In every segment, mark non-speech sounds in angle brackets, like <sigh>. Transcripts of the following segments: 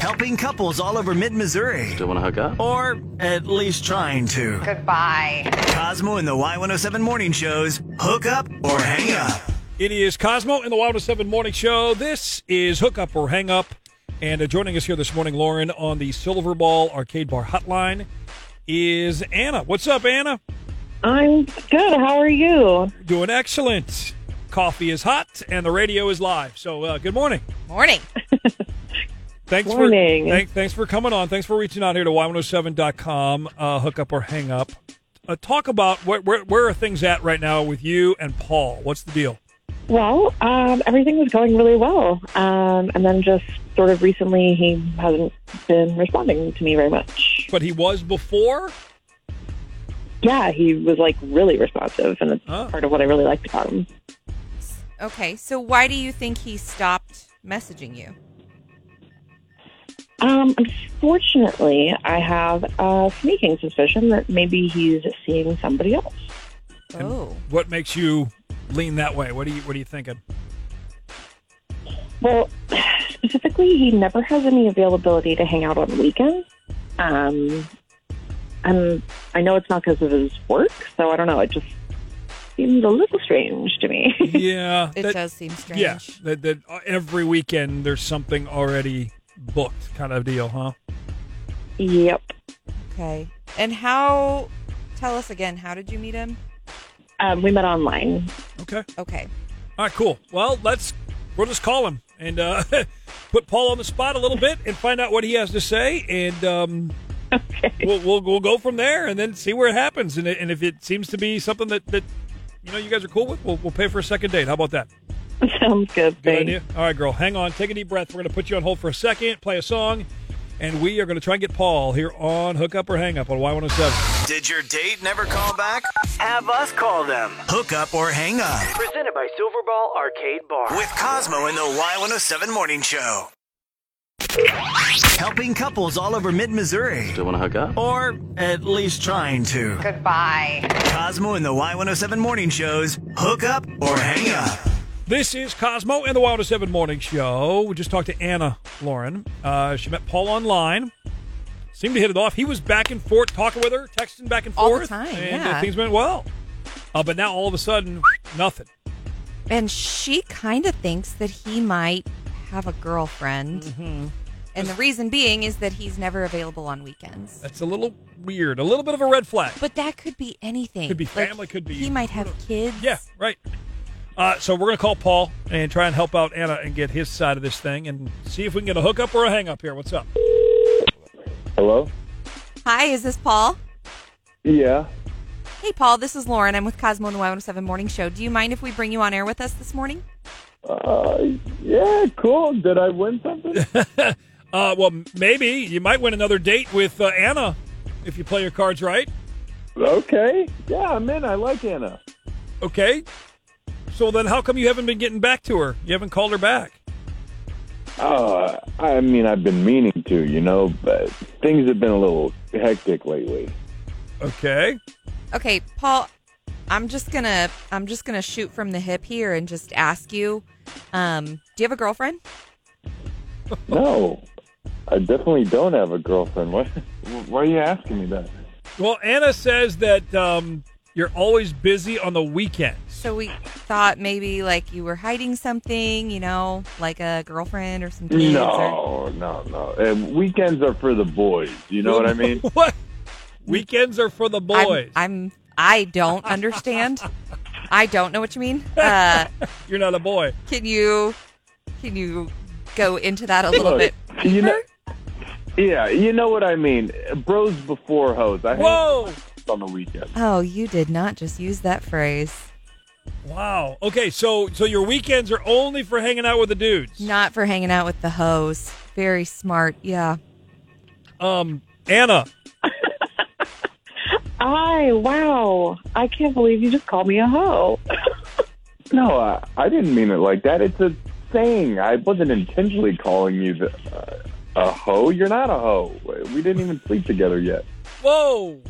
helping couples all over mid Missouri. Still want to hook up? Or at least trying to. Goodbye. Cosmo and the Y107 morning shows hook up or hang up. It is Cosmo in the Wild 7 Morning Show. This is Hook Up or Hang Up. And uh, joining us here this morning, Lauren, on the Silver Ball Arcade Bar Hotline is Anna. What's up, Anna? I'm good. How are you? Doing excellent. Coffee is hot and the radio is live. So, uh, good morning. Morning. Thanks Morning. for thank, thanks for coming on. Thanks for reaching out here to y107.com. Uh, hook up or hang up. Uh, talk about where, where where are things at right now with you and Paul. What's the deal? Well, um, everything was going really well. Um, and then just sort of recently, he hasn't been responding to me very much. But he was before. Yeah, he was like really responsive, and it's Oh. part of what I really liked about him. Okay, so why do you think he stopped messaging you? Um, unfortunately, I have a sneaking suspicion that maybe he's seeing somebody else. And Oh, What makes you lean that way? What are you What are you thinking? Well, <sighs> specifically, he never has any availability to hang out on weekends. Um, and I know it's not because of his work, so I don't know. It just seems a little strange to me. <laughs> Yeah, it that- does seem strange. Yeah, that, that uh, every weekend there's something already booked, kind of deal, huh? yep. Okay. And how? Tell us again. How did you meet him? Um, we met online. <laughs> Okay. Okay. All right, cool. Well, let's we'll just call him and uh, <laughs> put Paul on the spot a little bit and find out what he has to say, and um, we'll, we'll we'll go from there and then see where it happens. And, and if it seems to be something that that you know you guys are cool with, we'll, we'll pay for a second date. How about that? Sounds good. Good thanks. idea. All right, girl, hang on. Take a deep breath. We're going to put you on hold for a second, play a song, and we are going to try and get Paul here on Hook Up or Hang Up on Y107. Did your date never call back? Have us call them. Hook up or hang up Presented by Silverball Arcade Bar. with Cosmo and the Y107 morning show. Helping couples all over mid Missouri. Still want to hook up? Or at least trying to. Goodbye. Cosmo and the Y107 morning shows hook up or hang up. This is Cosmo and the Wild 7 Morning Show. We just talked to Anna Lauren. Uh, she met Paul online. Seemed to hit it off. He was back and forth talking with her, texting back and All the forth. time, and uh, yeah. things went well. Uh, but now all of a sudden, nothing. And she kind of thinks that he might have a girlfriend. And the reason being is that he's never available on weekends. That's a little weird. A little bit of a red flag. But that could be anything. Could be Like, family, could be- He might have kids. Yeah, right. Uh, so we're gonna call Paul and try and help out Anna and get his side of this thing and see if we can get a hookup or a hang up here. What's up? Hello? Hi, is this Paul? Yeah. Hey, Paul, this is Lauren. I'm with Cosmo and the Y107 Morning Show. Do you mind if we bring you on air with us this morning? Uh, yeah, cool. Did I win something? Uh, well, maybe you might win another date with uh, Anna if you play your cards right. okay. Yeah, I'm in. I like Anna. Okay. So then, how come you haven't been getting back to her? You haven't called her back. Oh, I mean, I've been meaning to, you know, but things have been a little hectic lately. Okay. Okay, Paul, I'm just going to I'm just going to shoot from the hip here and just ask you um, do you have a girlfriend? No, I definitely don't have a girlfriend. Why, why are you asking me that? Well, Anna says that um, you're always busy on the weekends. So we thought maybe like you were hiding something, you know, like a girlfriend or some kids. or- No, no, no. Uh, weekends are for the boys. You know what I mean? <laughs> what? Weekends are for the I'm- boys. I'm, I don't understand. I don't know what you mean. Uh, you're not a boy. can you can you go into that a little Look, bit deeper? you know- Yeah, you know what I mean. Bros before hoes. I hang Whoa. on the weekend. oh, you did not just use that phrase. Wow. Okay, so so your weekends are only for hanging out with the dudes. Not for hanging out with the hoes. Very smart. Yeah. Um, Anna, I, wow. I can't believe you just called me a hoe. No, I, I didn't mean it like that. It's a saying. I wasn't intentionally calling you the, uh, a hoe. You're not a hoe. We didn't even sleep together yet. whoa.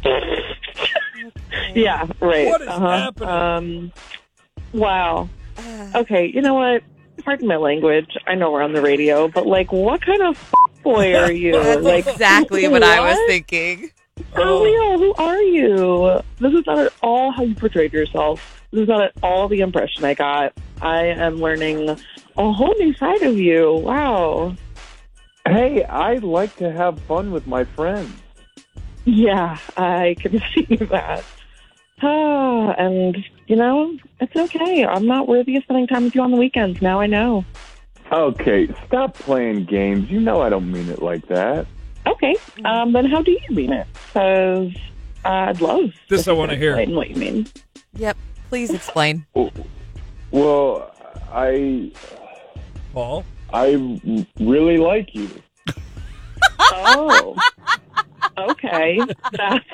Yeah, right. What is uh-huh. happening? Um, wow. Uh. Okay, you know what? Pardon my language. I know we're on the radio, but like, what kind of f- boy <laughs> are you? That's like exactly what I was what? thinking. Oh, Leo, who are you? This is not at all how you portrayed yourself. This is not at all the impression I got. I am learning a whole new side of you. Wow. Hey, I like to have fun with my friends. Yeah, I <laughs> can see that. Ah, and, you know, it's okay. I'm not worthy of spending time with you on the weekends. Now I know. Okay, stop playing games. You know I don't mean it like that. Okay, Mm. um, then how do you mean it? Because I'd love This I wanna hear. explain what you mean. Yep. Please <laughs> explain. Well, I <laughs> Paul. I really like you. Oh. Okay. That's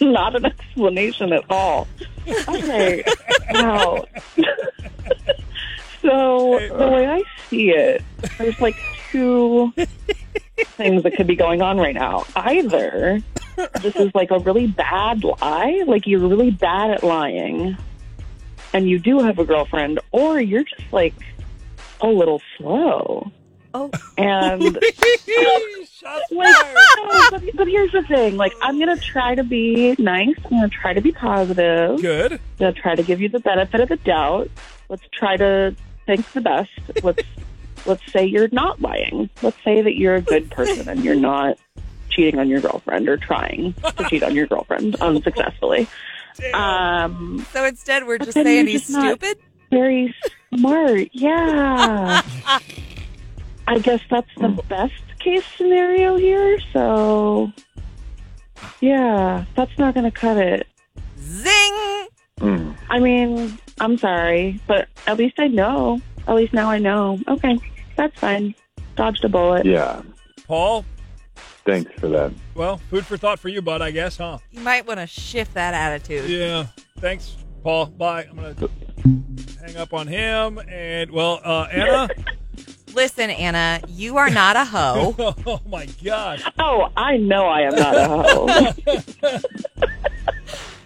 <laughs> not an explanation at all. Okay. Wow. <laughs> so the way I see it, there's like two things that could be going on right now. Either this is like a really bad lie, like you're really bad at lying and you do have a girlfriend, or you're just like a little slow. Oh. And Shots like, fired. no, but, but here's the thing. Like, I'm gonna try to be nice. I'm gonna try to be positive. Good. I'm gonna try to give you the benefit of the doubt. Let's try to think the best. Let's let's say you're not lying. Let's say that you're a good person and you're not cheating on your girlfriend or trying to cheat on your girlfriend unsuccessfully. Um, So instead, we're just then saying you're he's just not- stupid? very smart. <laughs> Yeah. I guess that's the best case scenario here. So, yeah, that's not going to cut it. Zing! Mm. I mean, I'm sorry, but at least I know. At least now I know. Okay, that's fine. Dodged a bullet. Yeah, Paul. thanks for that. Well, food for thought for you, bud. I guess, huh? You might want to shift that attitude. Yeah. Thanks, Paul. Bye. I'm gonna hang up on him. And well, uh, Anna. <laughs> Listen, Anna, you are not a hoe. <laughs> oh my gosh. Oh, I know I am not a <laughs> hoe.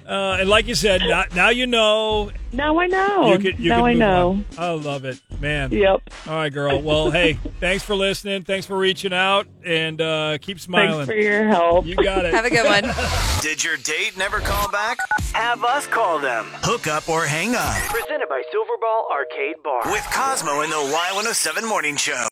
Uh, and like you said, now, now you know. now I know. you could, you Oh, now could I move know. on. I love it, man. Yep. All right, girl. Well, hey, thanks for listening. Thanks for reaching out, and uh, keep Thanks smiling. for your help. you got it. Have a good one. Did your date never call back? Have us call them. Hook up or hang up Presented by Silverball Arcade Bar. with Cosmo in the Y107 Morning Show.